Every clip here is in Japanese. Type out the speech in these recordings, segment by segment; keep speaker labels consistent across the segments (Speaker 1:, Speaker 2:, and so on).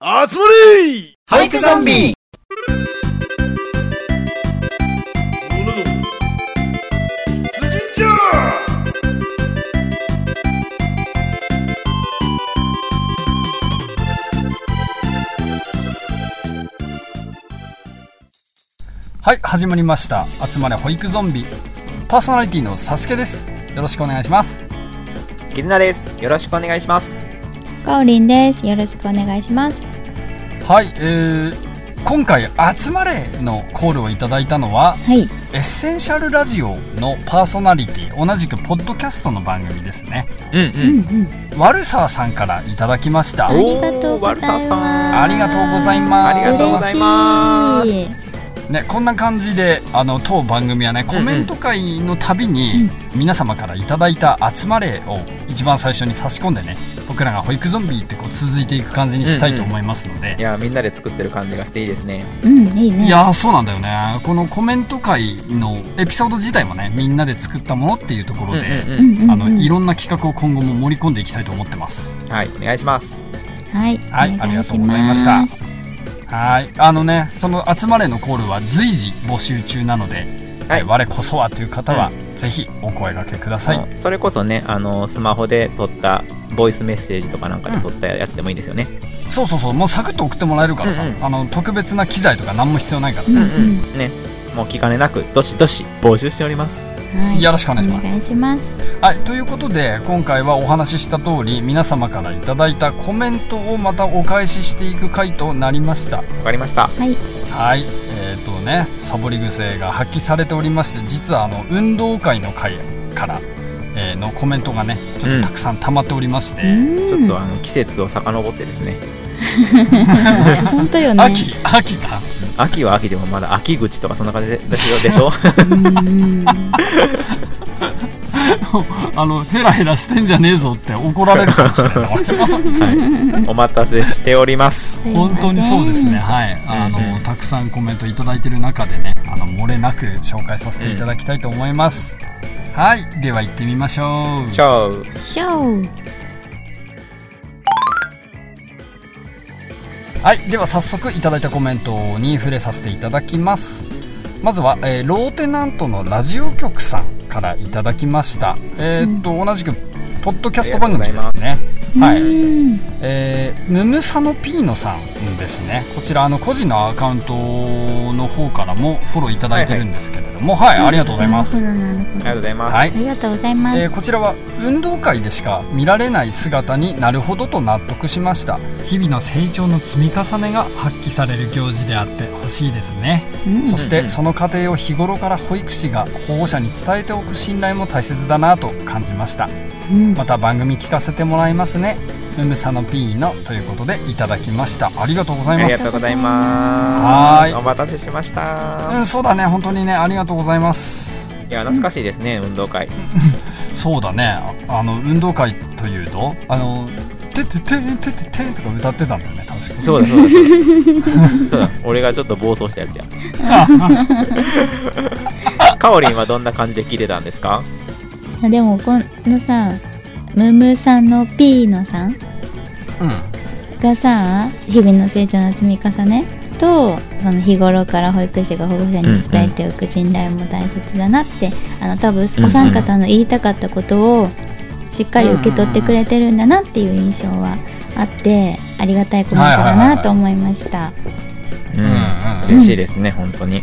Speaker 1: 集まれ
Speaker 2: 俳句ゾンビ
Speaker 1: 羊じゃ
Speaker 2: はい始まりました集まれ保育ゾンビパーソナリティのサスケですよろしくお願いします
Speaker 3: 絆です。よろしくお願いします。
Speaker 4: かおりんです。よろしくお願いします。
Speaker 2: はい、えー、今回集まれのコールをいただいたのは
Speaker 4: はい。
Speaker 2: エッセンシャルラジオのパーソナリティ同じくポッドキャストの番組ですね
Speaker 3: うんう
Speaker 4: うん
Speaker 3: ん。
Speaker 4: うん。
Speaker 2: ワルサーさんからいただきました
Speaker 4: あ
Speaker 3: お
Speaker 4: りがとうございます。
Speaker 3: ワルサさん
Speaker 2: ありがとうございます
Speaker 3: ありがとうございます
Speaker 4: 嬉しい
Speaker 2: ね、こんな感じであの当番組はねコメント会のたびに、皆様からいただいた「集まれ」を一番最初に差し込んでね僕らが保育ゾンビってこう続いていく感じにしたいと思いますので、
Speaker 3: いや、みんなで作ってる感じがしていいですね。
Speaker 4: うん、いいね。
Speaker 2: いやーそうなんだよねこのコメント会のエピソード自体もねみんなで作ったものっていうところで、
Speaker 4: うんうんうん。
Speaker 2: あのいろんな企画を今後も盛り込んでいきたいと思ってます。
Speaker 3: はい、お願いします。
Speaker 4: はい。
Speaker 2: はい
Speaker 4: お願
Speaker 2: ありがとうございましたはいあのねその「集まれ」のコールは随時募集中なので、
Speaker 3: はい
Speaker 2: えー我こそはという方は、ぜひお声掛けください。
Speaker 3: もうそれこそね、あの、スマホで撮ったボイスメッセージとかなんかで撮ったやつでもいいですよね。
Speaker 2: そうそうそうもうサクッと送ってもらえるからさ、
Speaker 3: うんうん
Speaker 2: あの特別な機材とか何も必要ないから、
Speaker 4: うんう
Speaker 3: ね。もう気兼ねなく、どしどし募集しております。
Speaker 4: ん。はい。
Speaker 2: よろしくお願いし
Speaker 4: お
Speaker 2: ます。
Speaker 4: 願いします。
Speaker 2: はいということで今回はお話しした通り皆様からいただいたコメントをまたお返ししていく回となりました。
Speaker 3: わかりました。
Speaker 4: はい。
Speaker 2: はいえー、とねサボり癖が発揮されておりまして実はあの運動会の回から、えーのコメントがねちょっとたくさん溜まっておりまして。
Speaker 3: ちょ
Speaker 4: う
Speaker 3: っ
Speaker 4: ん。
Speaker 3: とあの季節を遡ってですね、
Speaker 4: 本当よね。
Speaker 2: 秋秋か
Speaker 3: 秋は秋でもまだ秋口とかそんな感じでですよ でしょ
Speaker 4: うんうん。
Speaker 2: あのヘラヘラしてんじゃねえぞって怒られるかもしれない
Speaker 3: はい。お待たせしております。
Speaker 4: すいません
Speaker 2: 本当にそうですね。はいあの、
Speaker 3: うんうん
Speaker 2: たくさんコメントいただいてる中でねあの漏れなく紹介させていただきたいと思います、はいでは行ってみましょう
Speaker 3: チャウ。
Speaker 4: ショー。
Speaker 2: はいでは早速いただいたコメントに触れさせていただきますまずは、えーローテナントのラジオ局さんからいただきましたえーっと、同じくポッドキャスト番組ですねはい、
Speaker 4: うん。
Speaker 2: えー、ムムサノピーノさんですねこちらあの個人のアカウントの方からもフォローいただいてるんですけれどもはい、ありがとうございます、
Speaker 4: なるほど
Speaker 3: あ
Speaker 4: なる
Speaker 3: りがと
Speaker 4: ほど
Speaker 3: うございます。
Speaker 2: はい
Speaker 4: ありがとうございます。
Speaker 2: えーこちらは運動会でしか見られない姿になるほどと納得しました日々の成長の積み重ねが発揮される行事であってほしいですね、
Speaker 4: うん
Speaker 2: そし
Speaker 3: うんう
Speaker 2: て
Speaker 3: ん
Speaker 2: その過程を日頃から保育士が保護者に伝えておく信頼も大切だなと感じました
Speaker 4: うん
Speaker 2: また番組聞かせてもらいますねムムサノピーノということでいただきましたありがとうござい
Speaker 3: あ
Speaker 2: ま
Speaker 3: りが
Speaker 2: す
Speaker 3: とうございます。
Speaker 2: はい
Speaker 3: お待たせしました。
Speaker 2: うんそうだね本当にねありがとうございます
Speaker 3: いや、懐かしいですね、運動会。
Speaker 2: そうだねああの運動会というとあの「てててんてててん」とか歌ってたんだよね確かに
Speaker 3: そうだ、そうだ そうだ。そうだ、俺がちょっと暴走した やつや。かおりんはどんな感じで聞いてたんですか
Speaker 4: あでもこのさムムさんのピーノさん
Speaker 2: うん
Speaker 4: がさ日々の成長の積み重ねとその日頃から保育士が保護者に伝えておく信頼も大切だなって、あの多分
Speaker 3: うん
Speaker 4: お三方の言いたかったことをしっかり受け取ってくれてるんだなっていう印象はあってありがたいコメントだなと思いました
Speaker 3: う
Speaker 2: うん
Speaker 3: ん。
Speaker 2: う
Speaker 3: 嬉しいですね、本当に。
Speaker 2: ん、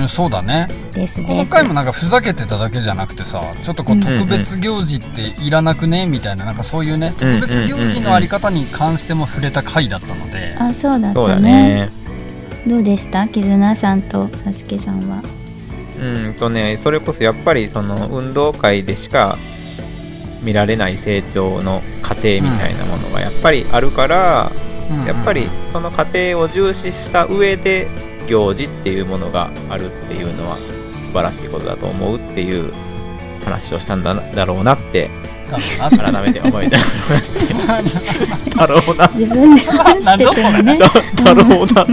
Speaker 2: うん、そうだね
Speaker 4: です
Speaker 2: この
Speaker 4: です。
Speaker 2: 回もなんかふざけてただけじゃなくてさちょっとこう
Speaker 3: うんうん
Speaker 2: 特別行事っていらなくねみたいななんかそういうね
Speaker 3: うんうん
Speaker 2: 特別行事のあり方に関しても触れた回だったので
Speaker 4: あそうだっ
Speaker 3: そう
Speaker 4: た
Speaker 3: だ
Speaker 4: ね
Speaker 3: ね。
Speaker 4: どうでした絆さんとサスケさんは。
Speaker 3: うんとね、それこそやっぱり、その、運動会でしか見られない成長の過程みたいなものがやっぱりあるから、
Speaker 2: うんうん
Speaker 3: やっぱりその過程を重視した上で行事っていうものがあるっていうのは素晴らしいことだと思うっていう話をしたんだなだろうなって
Speaker 2: だろうな
Speaker 3: 改めて思い出 だろうな
Speaker 4: 自分で話してた のね。
Speaker 3: だろうな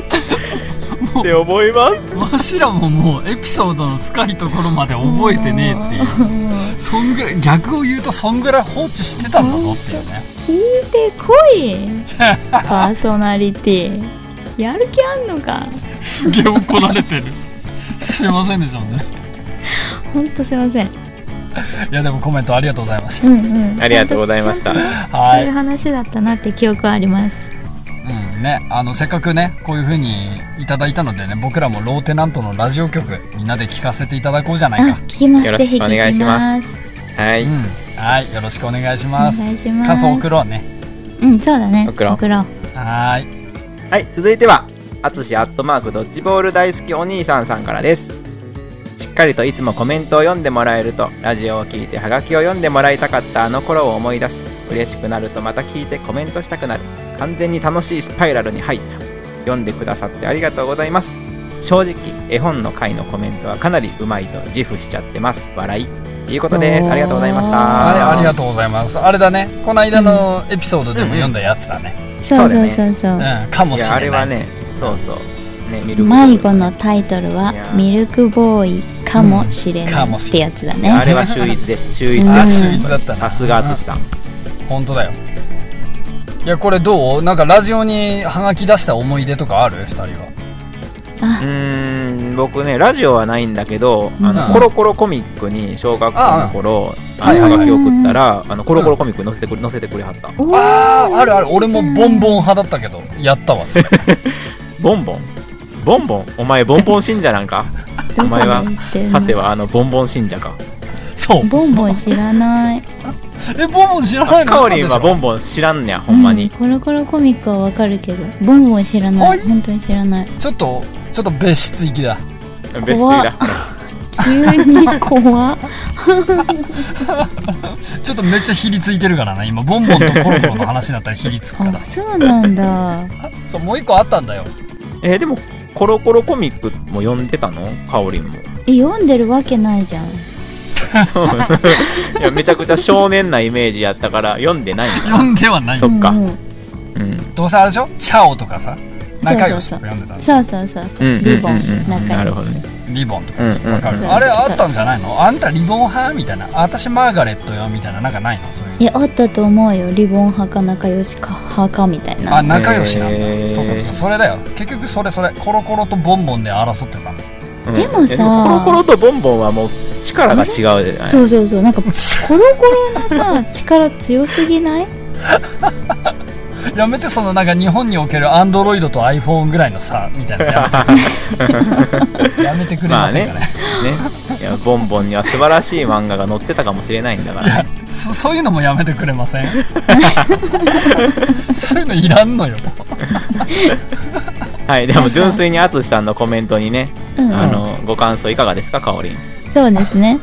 Speaker 3: って思いま す
Speaker 2: わしらももうエピソードの深いところまで覚えてねえっていうそんぐらい逆を言うとそんぐらい放置してたんだぞっていうね
Speaker 4: 聞いてこいパーソナリティやる気あんのか
Speaker 2: すげえ怒られてるすいませんでしたね
Speaker 4: ほんとすいません
Speaker 2: いやでもコメントありがとうございました
Speaker 4: うんうん
Speaker 3: ありがとうございまし
Speaker 4: ちゃん
Speaker 3: た。
Speaker 4: とそ
Speaker 2: は
Speaker 4: う
Speaker 2: い
Speaker 4: いう話だったなって記憶はあります
Speaker 2: うんね、あのせっかくねこういう風にいただいたのでね僕らもローテナントのラジオ局みんなで聞かせていただこうじゃない
Speaker 4: あ
Speaker 2: か、
Speaker 4: 聞きます
Speaker 3: よろ
Speaker 4: ぜ
Speaker 3: し
Speaker 4: ひ
Speaker 3: く
Speaker 4: 聞
Speaker 3: お願い
Speaker 4: き
Speaker 3: し
Speaker 4: ま
Speaker 3: ますは
Speaker 2: う
Speaker 3: い。
Speaker 2: ん、はいよろしくお願いし
Speaker 4: お
Speaker 2: ます
Speaker 4: 願いします
Speaker 2: 感想送ろうね
Speaker 4: うんそうだね
Speaker 3: 送ろう
Speaker 4: う
Speaker 2: はーい
Speaker 3: はい、続いては、あつしアットマークドッジボール大好きお兄さんさんからです。しっかりといつもコメントを読んでもらえると、ラジオを聞いてハガキを読んでもらいたかったあの頃を思い出す。嬉しくなるとまた聞いてコメントしたくなる。完全に楽しいスパイラルに入った。読んでくださってありがとうございます。正直、絵本の回のコメントはかなりうまいと自負しちゃってます。笑い。ということです。ありがとうございました。
Speaker 2: はいありがと
Speaker 3: と
Speaker 2: うございますあれだねこの間のエピソードでも読んだやつだね
Speaker 4: そう
Speaker 3: そうだ
Speaker 4: そう
Speaker 3: ね
Speaker 4: そうそう
Speaker 2: うん、かも
Speaker 3: い
Speaker 2: しれない
Speaker 3: や、あれはね、そうそう。ね、ミルクボーイ
Speaker 4: 迷子のタイトルはい
Speaker 3: や
Speaker 4: 「
Speaker 3: ー
Speaker 4: ミルクボーイかもしれ
Speaker 2: うん
Speaker 4: な
Speaker 2: か
Speaker 4: い」
Speaker 2: も
Speaker 4: っ
Speaker 2: してれな
Speaker 4: やつだ
Speaker 3: いやあ
Speaker 4: ね。
Speaker 3: れは秀逸でした。秀逸
Speaker 4: うん
Speaker 2: あ
Speaker 3: でし
Speaker 2: 秀逸だった
Speaker 3: た。
Speaker 2: な
Speaker 3: さすがあつしさん。
Speaker 2: 本当だよいやこれどうなんかラジオにハガキ出した思い出とかある2人は
Speaker 3: うーん、僕ね、ラジオはないんだけど、あ
Speaker 2: うん
Speaker 3: の、コロコロコミックに小学校の頃、
Speaker 2: あ
Speaker 3: あ
Speaker 2: はい
Speaker 3: の、
Speaker 2: はは
Speaker 3: はい
Speaker 2: い
Speaker 3: がき送ったら、あの、コロコロコミックに載せてくれ、載せてくれはった。
Speaker 4: おー
Speaker 2: あーあるある俺もボンボン
Speaker 4: ン
Speaker 2: 派だったけどやったわそ れ
Speaker 3: ボンボンボンボンお前、ボンボン信者な んかお前は、さては、あの、ボンボン信者か。
Speaker 2: そう
Speaker 4: ボンボン知らない
Speaker 2: えボンボン知らないの
Speaker 3: カオ
Speaker 2: 嘘
Speaker 3: リ
Speaker 2: で
Speaker 3: ン
Speaker 2: し
Speaker 3: は
Speaker 2: ょ
Speaker 3: ボンボン知らんねや、ほんま
Speaker 4: う
Speaker 3: に。
Speaker 4: コロコロコミックはわかるけどボンボン知らな
Speaker 2: はい
Speaker 4: い本当に知らない
Speaker 2: ちょっとちょっと別室行きだ
Speaker 3: 別にだ。
Speaker 4: 急に怖っ
Speaker 2: ちょっとめっちゃひりついてるからな今ボンボンとコロコロの話になったらひりつくか
Speaker 4: あ
Speaker 2: ら
Speaker 4: そうなんだ
Speaker 2: そうもう一個あったんだよ
Speaker 3: えー、でも、コロコロコミックも読んでたのカオリンも。
Speaker 4: え読んでるわけないじゃん
Speaker 3: そういやめちゃくちゃ少年なイメージやったから読んでないんだ
Speaker 2: 読んではない
Speaker 3: そっか
Speaker 4: うんうん
Speaker 3: うん
Speaker 2: どうせあれでしょチャオとかさ仲良しとか読んでたんです
Speaker 4: そうそうそうそう
Speaker 3: うんうんうん
Speaker 4: リボン
Speaker 3: うん
Speaker 4: 仲
Speaker 3: なる
Speaker 4: 良
Speaker 3: ほど
Speaker 4: し
Speaker 3: ね
Speaker 2: リボンとか
Speaker 3: うんうん
Speaker 2: わかる、
Speaker 4: うん
Speaker 2: あれあったんじゃないのあんたリボン派みたいなあ私マーガレットよみたいななんかないのそういう
Speaker 4: いやあったと思うよリボン派か仲良しか派かみたい
Speaker 2: あ
Speaker 4: な
Speaker 2: 仲良しなんだ、
Speaker 3: へー
Speaker 2: そうかそうかそれだよ結局それそれコロコロとボンボンで争って たの
Speaker 3: うん
Speaker 4: でもさ
Speaker 3: えコロコロとボンボンはもう力が違うじゃない
Speaker 4: そうそうそうなんかコロコロの さ力強すぎない
Speaker 2: やめてそのなんか日本におけるアンドロイドと iPhone ぐらいの差みたいなのやめ てやめてくれませんかね,、
Speaker 3: ねいやボンボンには素晴らしい漫画が載ってたかもしれないんだ からね
Speaker 2: そそういうのもやめてくれません そういうのいらんのよ
Speaker 3: はいでも純粋に淳さんのコメントにね
Speaker 4: うん
Speaker 3: あのご感想いかがですかかおりん
Speaker 4: そうですね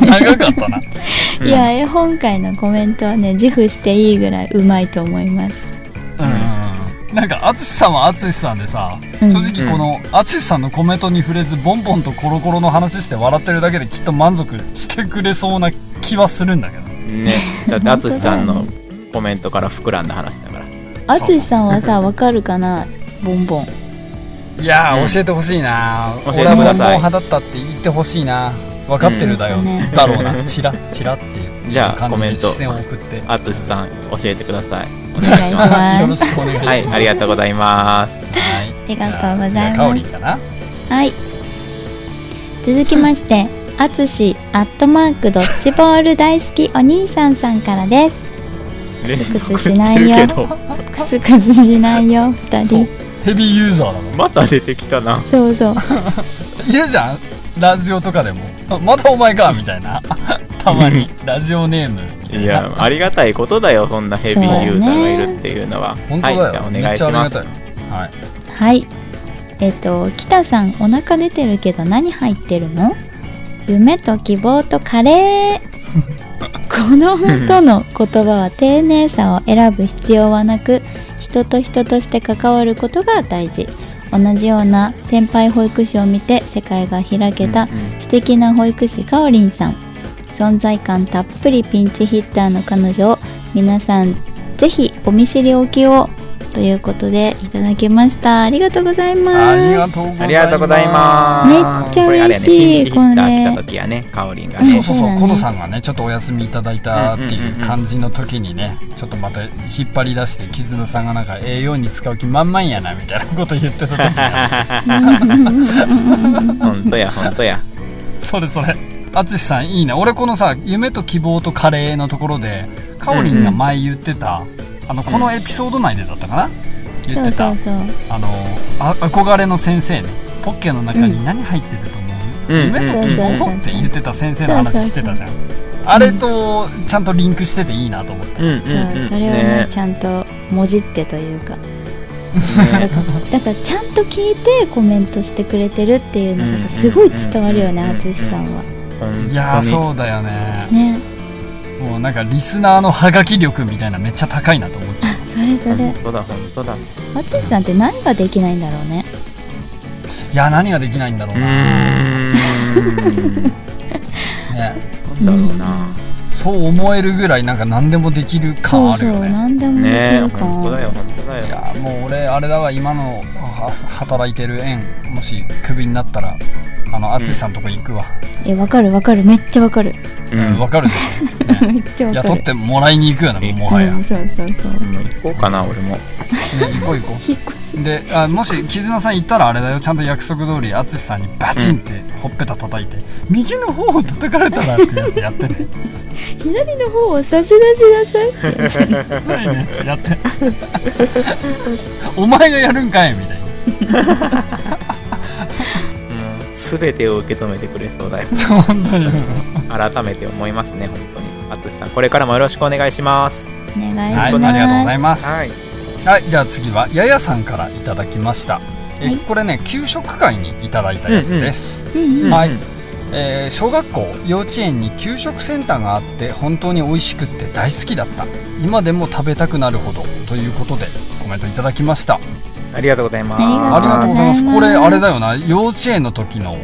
Speaker 2: 長かったな
Speaker 3: うん
Speaker 4: いや絵本会のコメントはね自負していいぐらいうまいと思います
Speaker 2: うんなんか淳さんは淳さんでさ、
Speaker 4: うん
Speaker 2: 正直この淳さんのコメントに触れずボンボンとコロコロの話して笑ってるだけできっと満足してくれそうな気はするんだけど
Speaker 3: ねだって淳さんのコメントから膨らんだ話だから
Speaker 2: そうそう
Speaker 4: 淳さんはさわかるかなボンボン
Speaker 2: いやー、
Speaker 3: うん
Speaker 2: 教えてほしいな
Speaker 3: 教えて
Speaker 2: 俺はボ
Speaker 3: く
Speaker 2: ンボン
Speaker 3: ださい
Speaker 2: 派だったって言ってほしいな分かってるだよ、
Speaker 4: うんね
Speaker 2: だろうなチラッチラっていう
Speaker 3: じゃあ
Speaker 2: 感
Speaker 3: コ
Speaker 2: じ
Speaker 3: メン
Speaker 2: で
Speaker 3: ト
Speaker 2: 視線を送って
Speaker 3: 淳さん教えてくださいお
Speaker 4: お願
Speaker 3: 願いし
Speaker 4: いし
Speaker 3: ます
Speaker 2: よ ろ
Speaker 4: ます
Speaker 2: しくお願いします
Speaker 3: はいありがとうございます
Speaker 2: はい
Speaker 4: ありがとうございます
Speaker 2: じゃあ次はかおりんかな
Speaker 4: はい続きましてあつしアットマークドッジボール大好きお兄さんさんからです
Speaker 3: 連
Speaker 4: 続
Speaker 3: 続
Speaker 4: し
Speaker 3: し
Speaker 4: な
Speaker 3: て
Speaker 4: いよ
Speaker 3: るけど
Speaker 4: クスクスしないよ二
Speaker 2: そう
Speaker 4: 人
Speaker 2: ヘビーユーザーなの
Speaker 3: また出てきたな
Speaker 4: そうそう
Speaker 2: 言うじゃんラジオとかでもあまたお前かみたいな たま にラジオネームみたいない
Speaker 3: やありがたいことだよそんなヘビーユーザーがいるっていうのは
Speaker 2: 本当
Speaker 3: はい
Speaker 2: だ
Speaker 3: じ
Speaker 2: よ、
Speaker 3: ゃあお願いしま
Speaker 2: めっ
Speaker 3: す
Speaker 2: ちゃありがたいはい
Speaker 4: はい。えっと、北さん、お腹出てるけど何入ってるの夢と希望とカレー。子供との言葉は丁寧さを選ぶ必要はなく、人と人として関わることが大事。同じような先輩保育士を見て世界が開けた
Speaker 3: うんうん
Speaker 4: 素敵な保育士かおりんさん存在感たっぷりピンチヒッターの彼女を皆さんぜひお見知りおきをということでいただきましたありがとうございます
Speaker 2: ありがとうございます
Speaker 3: ありがとうございます。
Speaker 4: めっちゃ
Speaker 3: これあれや
Speaker 4: 嬉
Speaker 3: ね、
Speaker 4: し
Speaker 3: ピ
Speaker 4: い
Speaker 3: ンチヒッター来た時やね、かおりんがね。
Speaker 2: そうそうそう、
Speaker 4: ね
Speaker 2: コドさんがね、ちょっとお休みいただいたって
Speaker 3: うん
Speaker 2: い
Speaker 3: うんう
Speaker 2: うん
Speaker 3: うん
Speaker 2: 感じの時にね、ちょっとまた引っ張り出して、絆さんがなんか栄養に使う気満々やなみたいなこと言ってた時が、
Speaker 3: ほんとや、ほんとや。
Speaker 2: それそれ。あつしさんいいね。俺このさ、夢と希望とカレーのところで、かおりんが前言ってた、あのこのエピソード内でだったかな、言
Speaker 4: そ
Speaker 2: って
Speaker 4: う
Speaker 2: た
Speaker 4: そうそう
Speaker 2: あのあ憧れの先生ねポッケの中に何入ってると思う、
Speaker 3: うん
Speaker 2: 夢と希望って言ってた先生の話してたじゃんあれとちゃんとリンクしてていいなと思って
Speaker 3: うんうんうん。
Speaker 4: そうそれをねちゃんともじってというか
Speaker 3: ね
Speaker 4: だからちゃんと聞いてコメントしてくれてるっていうのがさすごい伝わるよね淳さんは。
Speaker 3: ほんとに
Speaker 2: いやーそうだよね
Speaker 4: ね
Speaker 2: もうなんかリスナーのハガキ力みたいなめっちゃ高いなと思っちゃ
Speaker 4: あそれそ
Speaker 3: ほん
Speaker 4: れ
Speaker 3: とだ、ほんとだ。う
Speaker 4: 淳さんって何ができないんだろうね。
Speaker 2: ういやー何ができないんだろうな、
Speaker 3: ーん。
Speaker 2: ね、
Speaker 3: なんだろうな。
Speaker 2: そう思えるぐらいなんか何でもできる感
Speaker 4: そう
Speaker 2: あ
Speaker 4: そ
Speaker 2: るよ
Speaker 4: う
Speaker 2: ね
Speaker 4: 何でもでき
Speaker 3: ね
Speaker 4: る
Speaker 3: ほんとだ
Speaker 4: か。
Speaker 3: よ、ほんとだ
Speaker 2: い
Speaker 3: よ。
Speaker 2: やーもう俺あれだわ今のは働いてる園もしクビになったらあの淳さんとこ行くわ、
Speaker 4: えわかるわかるめっちゃわかる
Speaker 3: う
Speaker 2: うん
Speaker 3: ん。
Speaker 2: わかるでしょ、 ね
Speaker 4: めっちゃわか
Speaker 2: 雇っ
Speaker 4: る。
Speaker 2: てもらいに行くよねもうもはや、
Speaker 4: う
Speaker 2: ね
Speaker 4: ん、そうそうそう。
Speaker 3: もう行こうかな、俺も。
Speaker 2: 行こう行こ
Speaker 4: 引っ越す
Speaker 2: うであもし絆さん行ったらあれだよちゃんと約束通り淳さんにバチンってほっぺた叩いて、右の方を叩かれたらってやつやってね
Speaker 4: 左の方を差し出しなさいって言っちゃう。
Speaker 2: ないのやつやって お前がやるんかいみたいな
Speaker 3: すべてを受け止めてくれそうだよ。
Speaker 2: 本当に
Speaker 3: 改めて思いますね、本当に。あつしさん、これからもよろしくお願いします。
Speaker 4: お願いしま
Speaker 2: は
Speaker 4: す。
Speaker 2: いありがとうございます、
Speaker 3: はい。
Speaker 2: はい、じゃあ次はややさんからいただきました。え
Speaker 4: はい
Speaker 2: これね、給食会にいただいたやつです。
Speaker 4: うんうん
Speaker 2: はい
Speaker 3: うん
Speaker 2: えー小学校、幼稚園に給食センターがあって本当に美味しくって大好きだった。今でも食べたくなるほどということでコメントいただきました。
Speaker 3: ありがとうございます。
Speaker 4: あ
Speaker 2: ありがとうございます。
Speaker 4: ありがとう
Speaker 2: こ
Speaker 4: ござ
Speaker 2: れ
Speaker 4: います
Speaker 2: あれだよな、幼稚園の時の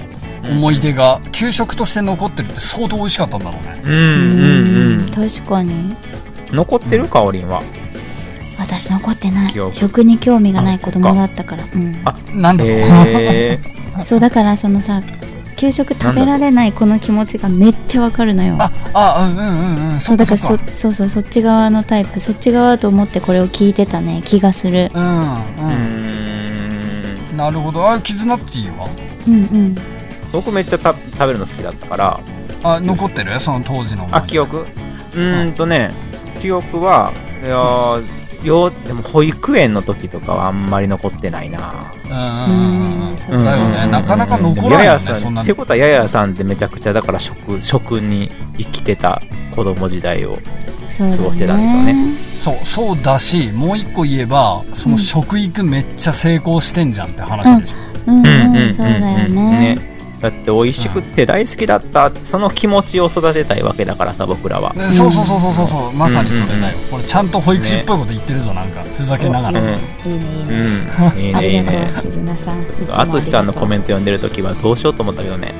Speaker 2: 思い出が給食として残ってるって相当美味しかったんだろうね。
Speaker 3: うんうんうん。
Speaker 4: 確かに
Speaker 3: 残ってるかおりんは。
Speaker 4: 私残ってない
Speaker 3: 記憶
Speaker 4: 食に興味がな
Speaker 3: あ
Speaker 4: い子供だったからうん
Speaker 3: あ
Speaker 2: なんだろう。
Speaker 3: へえ。
Speaker 4: そうだからそのさ給食食べられないこの気持ちがめっちゃわかるのよ
Speaker 2: あ、あ、うんうんうん、
Speaker 4: そ
Speaker 2: そうう
Speaker 4: だ
Speaker 2: か
Speaker 4: か
Speaker 2: そ
Speaker 4: ら
Speaker 2: う
Speaker 4: そ
Speaker 2: か。
Speaker 4: そうそうそっち側のタイプそっち側と思ってこれを聞いてたね気がする
Speaker 2: うん、
Speaker 3: う
Speaker 2: うん、
Speaker 3: ーん。
Speaker 2: なるほど。あ、キズナッチーは？
Speaker 4: うんうん
Speaker 3: 僕めっちゃた食べるの好きだったから。
Speaker 2: あ残ってるその当時の思い出
Speaker 3: あ記憶。うーんとね、記憶はいやーよでも保育園の時とかはあんまり残ってないな。
Speaker 2: うんうんうん
Speaker 4: う
Speaker 2: うん
Speaker 4: んそう
Speaker 3: うん
Speaker 2: だよねなかなか残らんよね
Speaker 3: でもややさん
Speaker 2: そんなの
Speaker 3: ってことはややさんってめちゃくちゃだから食食に生きてた子供時代を。
Speaker 4: そうだ
Speaker 3: 過ごしてたんでしょうね
Speaker 2: そうそうだしもう一個言えばその食育めっちゃ成功してんじゃんって話でしょ、
Speaker 4: うんうんそうだよね。
Speaker 3: だって美味しくって大好きだった、その気持ちを育てたいわけだからさ僕らは。
Speaker 2: ねそうそうそうそうそうそうまさにそれだよ、これちゃんと保育士っぽいこと言ってるぞなんかふざけながら、
Speaker 4: いいねいい
Speaker 3: うん、
Speaker 4: ね
Speaker 3: うん、いい
Speaker 4: あ
Speaker 3: ねいい
Speaker 4: りが
Speaker 3: ね
Speaker 4: とう絆さんいつもありがとう
Speaker 3: 淳さんのコメント読んでる時はどうしようと思ったけどね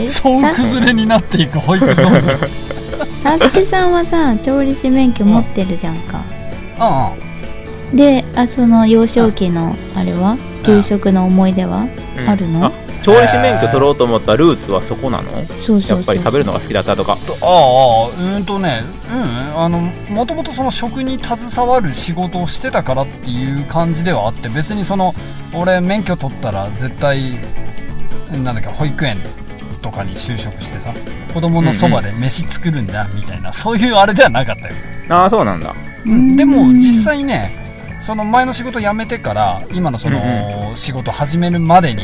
Speaker 4: え
Speaker 2: そう
Speaker 4: さ
Speaker 2: 崩れになっていく保育ゾーンうんうん
Speaker 4: さすけさんはさ調理師免許持ってるじゃんかであその幼少期のあれは給食の思い出は
Speaker 3: うん
Speaker 4: あるの
Speaker 3: 調理師免許取ろうと思ったルーツはそこなの
Speaker 4: そうそうそう
Speaker 3: やっぱり食べるのが好きだったとか
Speaker 2: とああああうんとねうんあのもともとその食に携わる仕事をしてたからっていう感じではあって別にその俺免許取ったら絶対なんだっけ保育園とかに就職してさ子供のそばで飯作るんだみたいな、そういうあれではなかったよ、
Speaker 3: ああそうなんだ
Speaker 4: うん
Speaker 2: でも実際ねその前の仕事辞めてから今のそ
Speaker 3: うん
Speaker 2: の仕事始めるまでに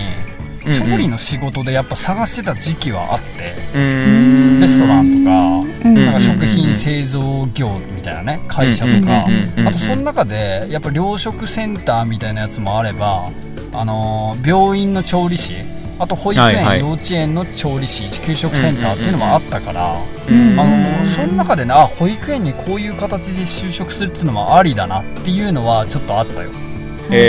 Speaker 3: うんうん
Speaker 2: 調理の仕事でやっぱ探してた時期はあって
Speaker 3: うーん
Speaker 2: レストランとか
Speaker 4: うん
Speaker 2: なんか食
Speaker 3: うんうんう
Speaker 2: 品
Speaker 3: ん
Speaker 2: 製造業みたいなね会社とか
Speaker 3: うんうんうんうん
Speaker 2: あとその中でやっぱ糧食センターみたいなやつもあればあのー病院の調理師あと保育園、
Speaker 3: はいはい
Speaker 2: 幼稚園の調理師給食センターっていうのもあったから、
Speaker 4: うん
Speaker 2: あのーその中でねあ保育園にこういう形で就職するっていうのもありだなっていうのはちょっとあったよ
Speaker 3: へ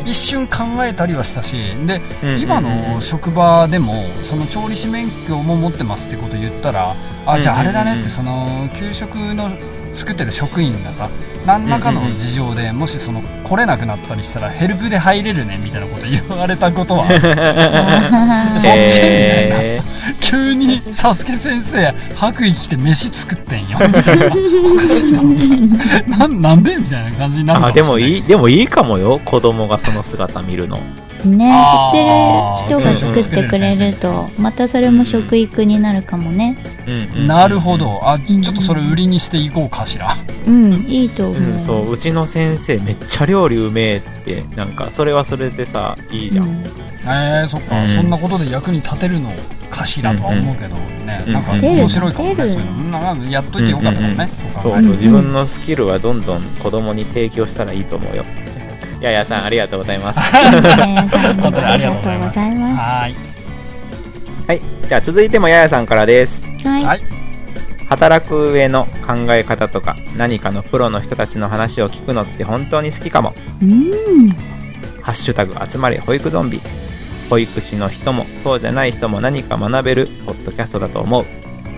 Speaker 3: え
Speaker 2: 一瞬考えたりはしたしで
Speaker 3: うんうんうん
Speaker 2: 今の職場でもその調理師免許も持ってますってこと言ったらあじゃああれだねってその給食の作ってる職員がさ何らかの事情でもしその来れなくなったりしたらヘルプで入れるねみたいなこと言われたことは
Speaker 4: あ
Speaker 2: そっちみたいな、急に「サスケ先生白衣着て飯作って んよ」おかしいなみたいななんなんでみたいな感じになる
Speaker 3: あでもい
Speaker 2: い
Speaker 3: いでもいいかもよ子供がその姿見るの
Speaker 4: ー ね
Speaker 2: あ
Speaker 4: 知
Speaker 2: ー
Speaker 4: ってる人が作ってくれるとまたそれも食育になるかもね
Speaker 2: なるほ、
Speaker 3: うん
Speaker 2: どあちちょっとそれ売りにしていこうかしら
Speaker 4: うんいいと思
Speaker 3: うん
Speaker 4: う、
Speaker 3: うんそううちの先生めっちゃ料理うめえってなんかそれはそれでさいいじゃん、
Speaker 4: うん
Speaker 2: えー、そっか、
Speaker 3: うん
Speaker 2: そんなことで役に立てるのかしらとは思うけどね、
Speaker 3: うん
Speaker 2: なんか
Speaker 3: 立てる
Speaker 2: 面白いかもね
Speaker 4: 立
Speaker 2: そう
Speaker 4: てる
Speaker 2: いうのうんなんかやっといてよかったかもね、そう
Speaker 3: そ
Speaker 2: 考
Speaker 3: う
Speaker 2: える
Speaker 3: そう
Speaker 4: ん
Speaker 2: と
Speaker 3: 自分のスキルはどんどん子供に提供したらいいと思うよややさんありがとうございま すは
Speaker 4: 本
Speaker 2: 本当にありがとうございます
Speaker 4: ありがとうございま
Speaker 2: はーい
Speaker 3: いじゃあ続いてもややさんからです
Speaker 4: す。はい。
Speaker 2: はい
Speaker 3: 働く上の考え方とか何かのプロの人たちの話を聞くのって本当に好きかも
Speaker 4: うん。
Speaker 3: ハッシュタグ集まれ保育ゾンビ。保育士の人もそうじゃない人も何か学べるポッドキャストだと思う。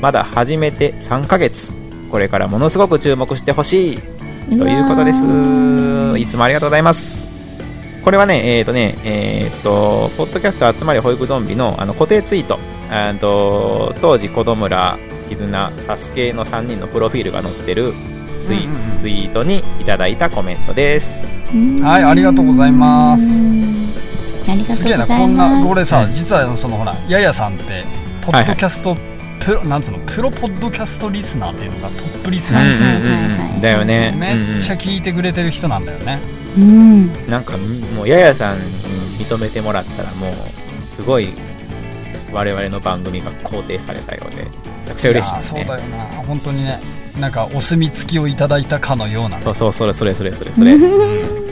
Speaker 3: まだ始めて3ヶ月。これからものすごく注目してほしいということです。いつもありがとうございます。これはね、えっ、とね、えっ、と、ポッドキャスト集まれ保育ゾンビのあの固定ツイート、あーと当時、子供ら、絆、サスケの3人のプロフィールが載ってるツイ,、
Speaker 2: うんうんうん
Speaker 3: ツイートにいただいたコメントです。
Speaker 2: はいありがとうございます
Speaker 4: うん。ありがとうございます。
Speaker 2: すげえなこんなこれさ、
Speaker 3: うん
Speaker 2: 実はそのほらややさんってポ
Speaker 3: はい
Speaker 2: ッドキャストプロ、なんつうのプロポッドキャストリスナーっていうのがトップリスナー、
Speaker 4: んうん
Speaker 3: だよね。
Speaker 2: めっちゃ聞いてくれてる人なんだよね、
Speaker 4: うん。
Speaker 3: なんかもうややさんに認めてもらったらもうすごい我々の番組が肯定されたようでめちゃくちゃ嬉しい
Speaker 2: やー
Speaker 3: です
Speaker 2: そう
Speaker 3: ね
Speaker 2: だよな本当にねなんかお墨付きをいただいたかのような
Speaker 3: そうそうそれそれそれそれそれ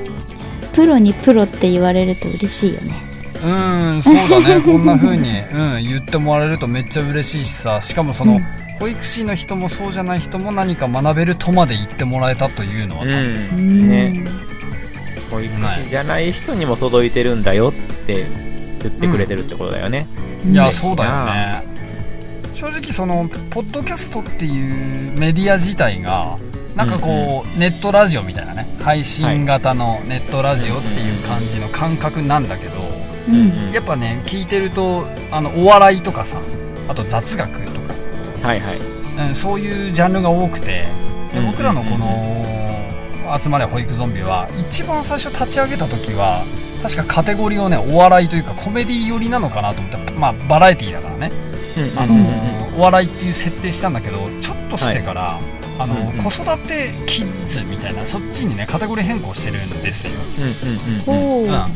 Speaker 4: プロにプロって言われると嬉しいよね。
Speaker 2: うーんそうだねこんな風にうん言ってもらえるとめっちゃ嬉しいしさしかもその、
Speaker 4: うん
Speaker 2: 保育士の人もそうじゃない人も何か学べるとまで言ってもらえたというのは
Speaker 3: う
Speaker 2: さ、
Speaker 4: うん
Speaker 3: んね保育士じゃない人にも届いてるんだよって言ってくれてるってことだよね、
Speaker 2: いや
Speaker 3: 嬉しいな
Speaker 2: そうだよね正直そのポッドキャストっていうメディア自体がなんかこう、ネットラジオみたいなね配信型のネットラジオっていう感じの感覚なんだけど、
Speaker 3: う
Speaker 4: う
Speaker 3: ん
Speaker 4: ん。
Speaker 2: やっぱね聞いてるとあのお笑いとかさあと雑学とか、
Speaker 3: はいはい
Speaker 2: うん、そういうジャンルが多くてで
Speaker 3: うん
Speaker 2: 僕らのこの「集まれ保育ゾンビは」一番最初立ち上げた時は確かカテゴリーをねお笑いというかコメディ寄りなのかなと思ってまあバラエティーだからね、あのお笑いっていう設定したんだけどちょっとしてから、あの
Speaker 3: うんうん
Speaker 2: 子育てキッズみたいなそっちにねカテゴリー変更してるんですよ。
Speaker 3: うんうんうんうん
Speaker 4: ほう。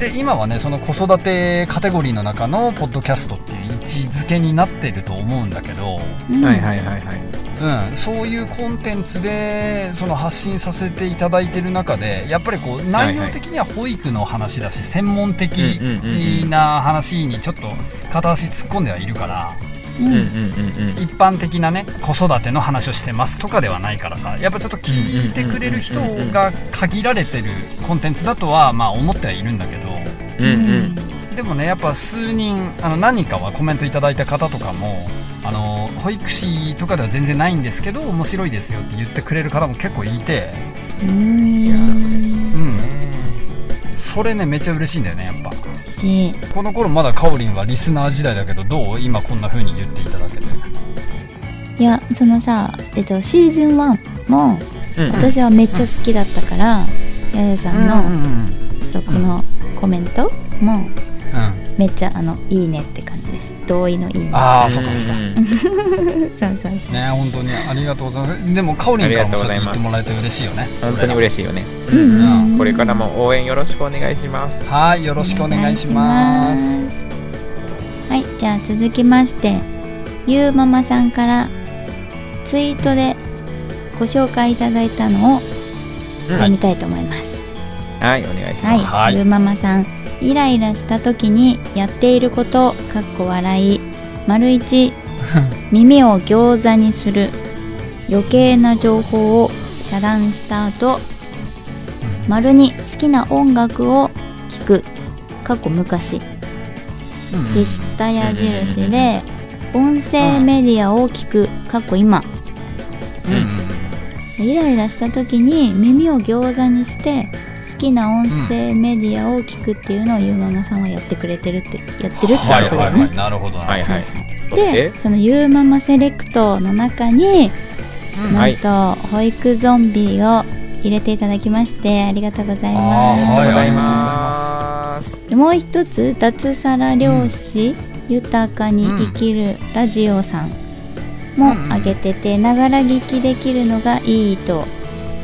Speaker 2: で今はねその子育てカテゴリーの中のポッドキャストっていう位置づけになってると思うんだけど、
Speaker 4: うん
Speaker 3: はいはいはいはい
Speaker 2: うん、そういうコンテンツでその発信させていただいてる中でやっぱりこう内容的には保育の話だし専門的
Speaker 3: うんうんうんうん
Speaker 2: な話にちょっと片足突っ込んではいるから
Speaker 4: う
Speaker 3: うんうんうん
Speaker 4: ん。
Speaker 3: うん
Speaker 2: 一般的なね子育ての話をしてますとかではないからさやっぱちょっと聞いてくれる人が限られてるコンテンツだとはまあ思ってはいるんだけど。
Speaker 3: うんうん
Speaker 2: でもねやっぱ数人あの何人かはコメントいただいた方とかもあの保育士とかでは全然ないんですけど面白いですよって言ってくれる方も結構いて、
Speaker 4: うん。
Speaker 3: いやー
Speaker 2: うん、それねめっちゃ嬉しいんだよねやっぱ
Speaker 4: 嬉しい。
Speaker 2: この頃まだかおりんはリスナー時代だけどどう今こんな風に言っていただけて
Speaker 4: いやそのさえっとシーズン1も
Speaker 3: うんうん
Speaker 4: 私はめっちゃ好きだったから、ややさんの、
Speaker 2: うんうん
Speaker 4: そうこのコメントも
Speaker 2: うん
Speaker 4: めっちゃあのいいねって感じです同意のいいね
Speaker 2: ああそっかそっか
Speaker 3: うんうん
Speaker 4: そうそう
Speaker 2: ね本当にありがとうございますでもかおりんからもそうやって言ってもらえて嬉しいよね
Speaker 3: 本当に嬉しいよね、うん
Speaker 4: う
Speaker 3: うん
Speaker 4: んうん
Speaker 3: これからも応援よろしくお願いします
Speaker 2: はいよろしくお願いします
Speaker 4: はいじゃあ続きましてゆうママさんからツイートでご紹介いただいたのを読みたいと思います、
Speaker 3: はい、お願いし
Speaker 4: はい、
Speaker 3: ます。
Speaker 2: はい
Speaker 4: ゆうママさんイライラした時にやっていることかっこ笑い丸 一耳を餃子にする余計な情報を遮断した後丸二好きな音楽を聴く過去昔
Speaker 2: うんうん
Speaker 4: でした矢印で音声メディアを聞く過去今
Speaker 2: うんうん
Speaker 4: イライラした時に耳を餃子にして好きな音声メディアを聞くっていうのをゆうママさんはやってくれてるってやってるって
Speaker 2: はい
Speaker 4: こと
Speaker 2: は
Speaker 4: だ
Speaker 2: いは
Speaker 4: ね
Speaker 2: い。なるほど。
Speaker 3: はいはい。そして
Speaker 4: で、そのゆうママセレクトの中に
Speaker 2: うん
Speaker 4: な
Speaker 3: はい
Speaker 4: んと保育ゾンビを入れていただきましてありがとうござい
Speaker 2: あ
Speaker 3: あり
Speaker 4: ま
Speaker 3: がとうござい
Speaker 2: は
Speaker 3: ます。
Speaker 4: す。もう一つ脱サラ漁師、豊かに生きるラジオさんも
Speaker 2: うん
Speaker 4: あげててながら聞きできるのがいいと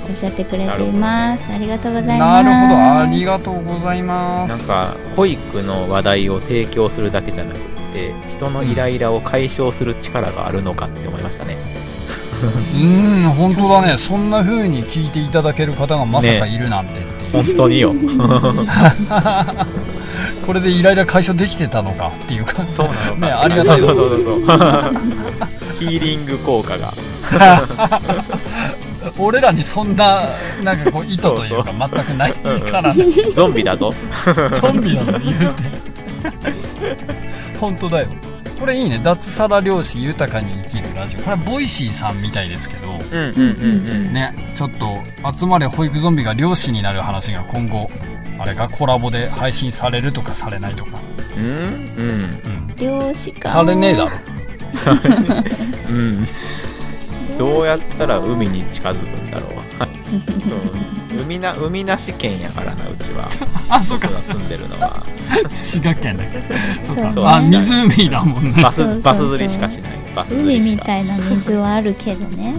Speaker 4: おっしゃってくれています。ありがとうございま
Speaker 2: な
Speaker 4: す。
Speaker 2: るほど、ありがとうございま
Speaker 3: なん
Speaker 2: す。
Speaker 3: か保育の話題を提供するだけじゃなくって人のイライラを解消する力があるのかって思いま したね。
Speaker 2: うん、本当だね。そんな風に聞いていただける方がまさか
Speaker 3: ね
Speaker 2: いるなんてっていう。
Speaker 3: 本当によ。
Speaker 2: これでイライラ解消できてたのかっていう感じ。
Speaker 3: そうなのか。
Speaker 2: ねありがとう
Speaker 3: そうそうそうそうそう。ヒーリング効果が。
Speaker 2: 俺らにそんななんかこう意図というか全くないから ね。
Speaker 3: ゾンビだぞ。
Speaker 2: ゾンビだぞ言うて。本当だよ。これいいね。脱サラ漁師豊かに生きるラジオ。これはボイシーさんみたいですけど。
Speaker 3: うんうんうんうん。
Speaker 2: ね、ちょっと集まれ保育ゾンビが漁師になる話が今後あれがコラボで配信されるとかされないとか、
Speaker 3: うん
Speaker 2: うん、
Speaker 4: 漁師か。
Speaker 2: されねえだろ
Speaker 3: うんうん。どうやったら海に近づくんだろう。うん海な海なし県やからなうちは。
Speaker 2: あそうか
Speaker 3: 僕が住んでるのは
Speaker 2: 滋賀県だけどそうか
Speaker 4: そう
Speaker 2: あ湖だもんね
Speaker 3: バ
Speaker 4: そうそう
Speaker 3: ス
Speaker 4: そう
Speaker 3: バス釣りしかしない。バス釣
Speaker 4: 海
Speaker 3: りし
Speaker 4: み
Speaker 3: か。
Speaker 4: たいな水はあるけどね。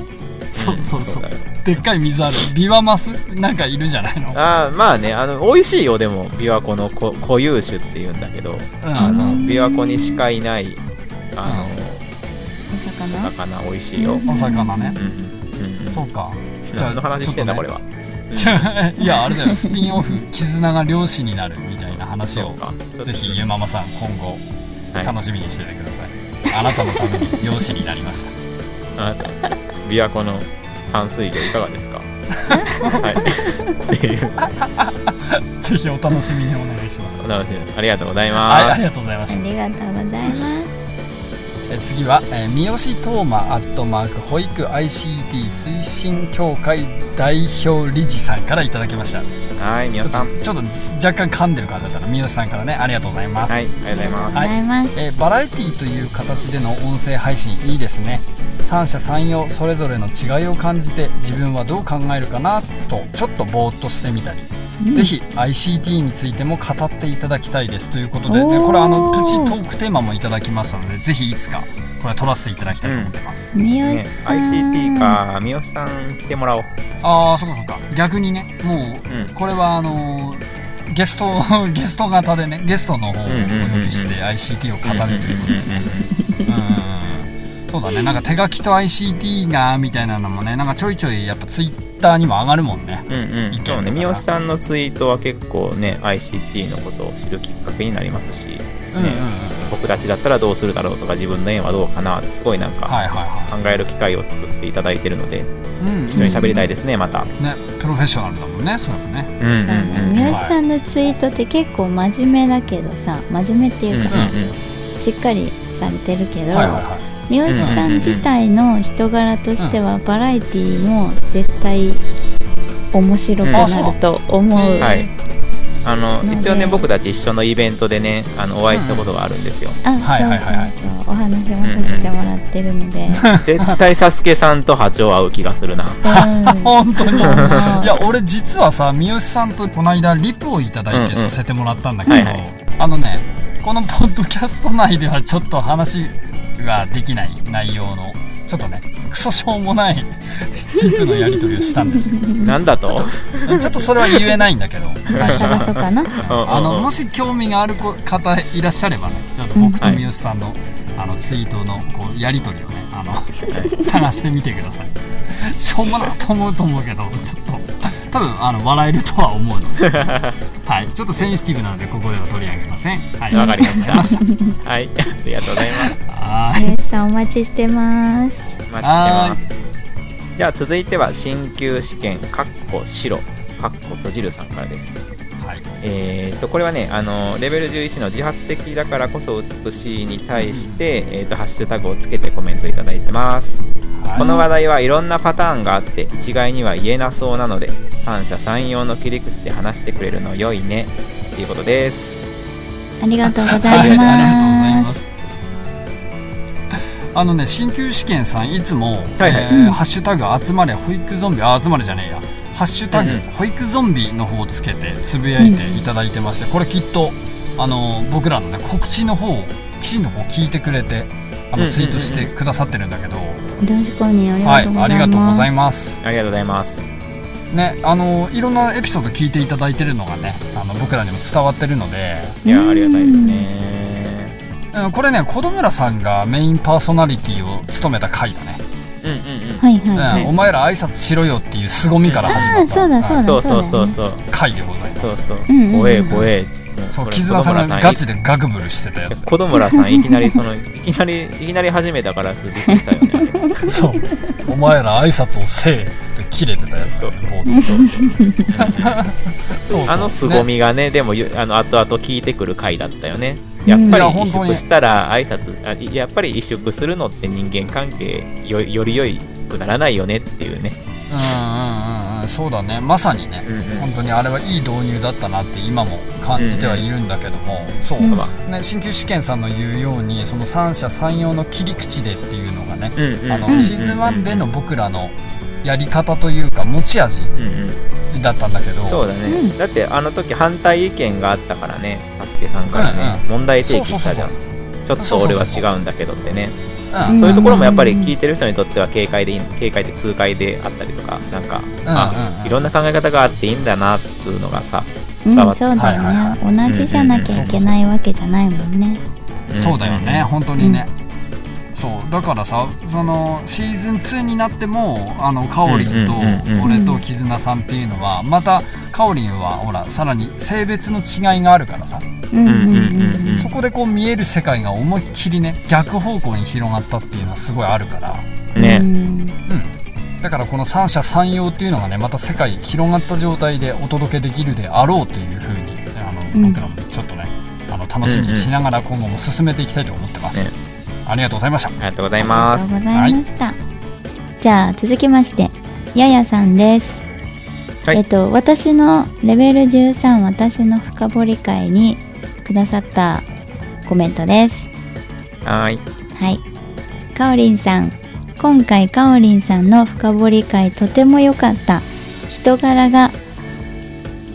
Speaker 2: そうそうそう
Speaker 3: だよ
Speaker 2: でっかい水あるビワマスなんかいるじゃないの、
Speaker 3: あーまあねあの美味しいよでも琵琶湖のこ固有種っていうんだけどあ
Speaker 2: う
Speaker 3: の琵琶湖にしかいないあの、
Speaker 4: お魚。
Speaker 3: お魚美味しいよ、うん
Speaker 2: ん、お魚ね
Speaker 3: うんうん、
Speaker 2: そうか じゃあ
Speaker 3: 何の話してんだ
Speaker 2: ち
Speaker 3: こ
Speaker 2: ょっ
Speaker 3: れは
Speaker 2: とねいやあれだよスピンオフ絆が漁師になるみたいな話
Speaker 3: そ
Speaker 2: を
Speaker 3: うかちょっと
Speaker 2: ぜひゆままさん今後
Speaker 3: はい
Speaker 2: 楽しみにしててください、あなたのため に漁師になりました
Speaker 3: あ琵琶湖の淡水魚いかがで すかはいっていう
Speaker 2: ぜひお楽しみにお願いします。
Speaker 3: お
Speaker 2: は
Speaker 3: 楽
Speaker 2: い、
Speaker 3: しみありがとうございます、
Speaker 2: ありがとうございまし
Speaker 4: あ
Speaker 2: た。
Speaker 4: りがとうございます。
Speaker 2: え次は、えー三好トーマアットマーク保育 ICT 推進協会代表理事さんからいただきました。ち
Speaker 3: はい皆
Speaker 2: ょっ
Speaker 3: さん
Speaker 2: とちょっとじ若干噛んでる感じだったら三好さんからねありがとうございます。
Speaker 3: はいありがとうございます
Speaker 4: ありがとうございます。
Speaker 2: えーバラエティという形での音声配信いいですね三者三様それぞれの違いを感じて自分はどう考えるかなとちょっとぼーっとしてみたり、
Speaker 4: うん
Speaker 2: ぜひ ICT についても語っていただきたいですということで、ね、
Speaker 4: おー
Speaker 2: これあのプチトークテーマもいただきましたのでぜひいつかこれ取らせていただきたいと思ってます、
Speaker 4: 三好
Speaker 3: ね
Speaker 4: さん。
Speaker 3: ICT か三好さん来てもらおう
Speaker 2: ああそうかそうか逆にねもう、
Speaker 3: うん
Speaker 2: これはあのーゲスト ゲスト型でねゲストの方をお呼びし
Speaker 3: うん
Speaker 2: て
Speaker 3: う
Speaker 2: ICT を語るということで
Speaker 3: うんう
Speaker 2: う
Speaker 3: んうんうん
Speaker 2: んそうだねなんか手書きと ICT がみたいなのもねなんかちょいちょいやっぱツイッターにも上がるもんね
Speaker 3: うんう
Speaker 2: 意見
Speaker 3: ん、
Speaker 2: とかさ
Speaker 3: そうね三好さんのツイートは結構ね ICT のことを知るきっかけになりますし、ね
Speaker 2: うんうんうん
Speaker 3: 僕たちだったらどうするだろうとか自分の縁はどうかなってすごいなんか
Speaker 2: はいはいは
Speaker 3: 考える機会を作っていただいてるので
Speaker 2: い、うん
Speaker 3: 一緒に喋りたいですねまた、うん
Speaker 2: ねプロフェッショナルだもんねそれもね
Speaker 3: うんうん
Speaker 4: そうね
Speaker 3: うん
Speaker 4: 三好さんのツイートって結構真面目だけどさ真面目っていうか、しっかりされてるけど、
Speaker 2: はいはいはい
Speaker 4: 三好さん自体の人柄としてはバラエティーも絶対面白くなると思う、
Speaker 2: うんあ
Speaker 3: はいあの一応
Speaker 4: なので
Speaker 3: ね僕たち一緒のイベントでねあのお会いしたことがあるんですよ、
Speaker 4: あ
Speaker 2: はいはいはいはい
Speaker 4: そうそうそうお話もさせてもらってるので、うん、
Speaker 3: 絶対サスケさんと波長合う気がするな
Speaker 2: 本当にい
Speaker 4: ん
Speaker 2: や俺実はさ三好さんとこの間リプをいただいて
Speaker 3: うんう
Speaker 2: さ
Speaker 3: ん
Speaker 2: せてもらったんだけど、
Speaker 3: はいはい
Speaker 2: あのねこのポッドキャスト内ではちょっと話ができない内容のちょっとねクソしょうもないリプのやり取りをしたんですよ
Speaker 3: なんだと
Speaker 2: ちょっとちょっとそれは言えないんだけど
Speaker 4: 探そうかなは
Speaker 3: うんうんうん
Speaker 2: あのもし興味がある子方いらっしゃればねちょっと僕と
Speaker 3: うん
Speaker 2: 三好さんの,、あのツイートのこうやり取りをねあの 探してみてくださいしょうもなと思うと思うけどちょっと多分あの笑えるとは思うので、はい、ちょっとセンシティブなのでここでは取り上げませんはい
Speaker 3: わかりました
Speaker 2: あがとうございまし
Speaker 3: はいありがとうございます
Speaker 2: たはーい
Speaker 4: 三好さんお待ちしてます
Speaker 3: 待ちしてますじゃあ続いては進級試験かっこ白かっこ閉じるさんからです
Speaker 2: はい
Speaker 3: えー、とこれはねあのレベル11の自発的だからこそ美しいに対して、えー、とハッシュタグをつけてコメントいただいてます
Speaker 2: はい
Speaker 3: この話題はいろんなパターンがあって一概には言えなそうなので三者三様の切り口で話してくれるの良いねっていうことです
Speaker 4: ありがとうご
Speaker 2: は
Speaker 4: ざ
Speaker 2: い、あり
Speaker 4: い
Speaker 2: がとうござい
Speaker 4: ま。
Speaker 2: ますす。あのね、鍼灸試験さんいつも、
Speaker 3: はいはい
Speaker 2: え
Speaker 4: う
Speaker 2: ー
Speaker 4: ん
Speaker 2: ハッシュタグ集まれ保育ゾンビあ集まれじゃねえや。ハッシュタグ
Speaker 3: うんうん
Speaker 2: 保育ゾンビの方をつけてつぶやいていただいてまして、これきっとあの僕らのね告知の方を記事の方を聞いてくれてあ
Speaker 3: うんうんう
Speaker 2: の
Speaker 3: ん
Speaker 2: ツイートしてくださってるんだけど、
Speaker 4: 確かにあり
Speaker 2: はい、ありが
Speaker 4: が
Speaker 2: とう
Speaker 4: とうご
Speaker 2: ご
Speaker 4: ざ
Speaker 2: ざ
Speaker 4: い
Speaker 2: い
Speaker 4: ま
Speaker 2: ます。
Speaker 3: ありがとうございます
Speaker 2: ね、あのいろんなエピソード聞いていただいてるのがね、あの僕らにも伝わってるので。
Speaker 4: す。
Speaker 3: いやありがたいです
Speaker 4: うん。
Speaker 3: ね
Speaker 2: うんこれね子供村さんがメインパーソナリティを務めた回だね、
Speaker 3: うんうんうん
Speaker 4: はいはい
Speaker 2: うん
Speaker 4: は
Speaker 2: お前ら挨拶しろよっていう凄みから始ま
Speaker 4: あー
Speaker 2: った、
Speaker 4: そうだそうだ
Speaker 3: そうそうそう
Speaker 4: そ
Speaker 3: そう
Speaker 2: 回でございま
Speaker 3: そう
Speaker 2: す
Speaker 3: そう
Speaker 4: うんうんうん
Speaker 3: 怖え怖え
Speaker 2: そう
Speaker 3: これ
Speaker 2: 絆さんがガチ
Speaker 3: 子供ら
Speaker 2: でガグブルしてたやつ
Speaker 3: さん子供らさんいきなりそのいきなりいきなり始めたからすごいびっくりしたよね
Speaker 2: そうお前ら挨拶をせえっつって切れてたやつだねボードに そうそう
Speaker 3: あの凄みがね、でもゆあの後々聞いてくる回だったよね。やっ
Speaker 4: うんい
Speaker 3: ぱり
Speaker 2: や
Speaker 3: 萎
Speaker 2: 本当に
Speaker 3: 縮したら挨拶あいやっぱり萎縮するのって人間関係よより良くならないよねっていうね。
Speaker 2: うんうんうんうんそうだねまさにね、本当にあれはいい導入だったなって今も感じてはいるんだけども、そう、
Speaker 4: うん
Speaker 2: ね鍼灸試験さんの言うようにその三者三様の切り口でっていうのがねあのシーズン1での僕らのやり方というか持ち味
Speaker 3: うんうん
Speaker 2: だったんだけど
Speaker 3: そうだね、
Speaker 4: うん
Speaker 3: だってあの時反対意見があったからね、サスケさんからね、
Speaker 2: うん
Speaker 3: 問題提起したじゃん。ちょっと俺は違うんだけどってね、
Speaker 2: うん
Speaker 4: ん
Speaker 3: そういうところもやっぱり聞いてる人にとっては警戒でいい警戒で痛快であったりとか、なんか、
Speaker 2: うんうんう
Speaker 3: あ
Speaker 2: ん
Speaker 3: いろんな考え方があっていいんだなっつうのがさ、
Speaker 4: う
Speaker 3: 伝わ
Speaker 4: ん、
Speaker 3: って
Speaker 4: そうだよね、
Speaker 2: はいはい
Speaker 4: 同じじゃなきゃいけないわけじゃないもんね。
Speaker 2: そうだよね、本当にね、そうだからさそのシーズン2になってもあのかおりんと
Speaker 3: うんうんうんうん
Speaker 2: 俺と絆さんっていうのはまたかおりんはほらさらに性別の違いがあるからさ、
Speaker 4: うんうんうん
Speaker 3: うんうんうん
Speaker 2: そこでこう見える世界が思いっきりね逆方向に広がったっていうのはすごいあるから。
Speaker 4: うん。
Speaker 3: ね
Speaker 4: うん
Speaker 2: だからこの三者三様っていうのがねまた世界広がった状態でお届けできるであろうというふうにあの、
Speaker 4: うん
Speaker 2: 僕らもちょっとねあの楽しみにしながら今後も進めていきたいと思ってます、ありがとうございました
Speaker 3: ありがとうござい
Speaker 4: あ
Speaker 3: ま
Speaker 4: りが
Speaker 3: す
Speaker 4: と。うございました。じゃあ続きましてややさんです。
Speaker 3: はい
Speaker 4: えっと私のレベル13私の深掘り会にくださったコメントです。
Speaker 3: はーい。
Speaker 4: はい。かおりんさん、今回かおりんさんの深掘り会とても良かった。人柄が、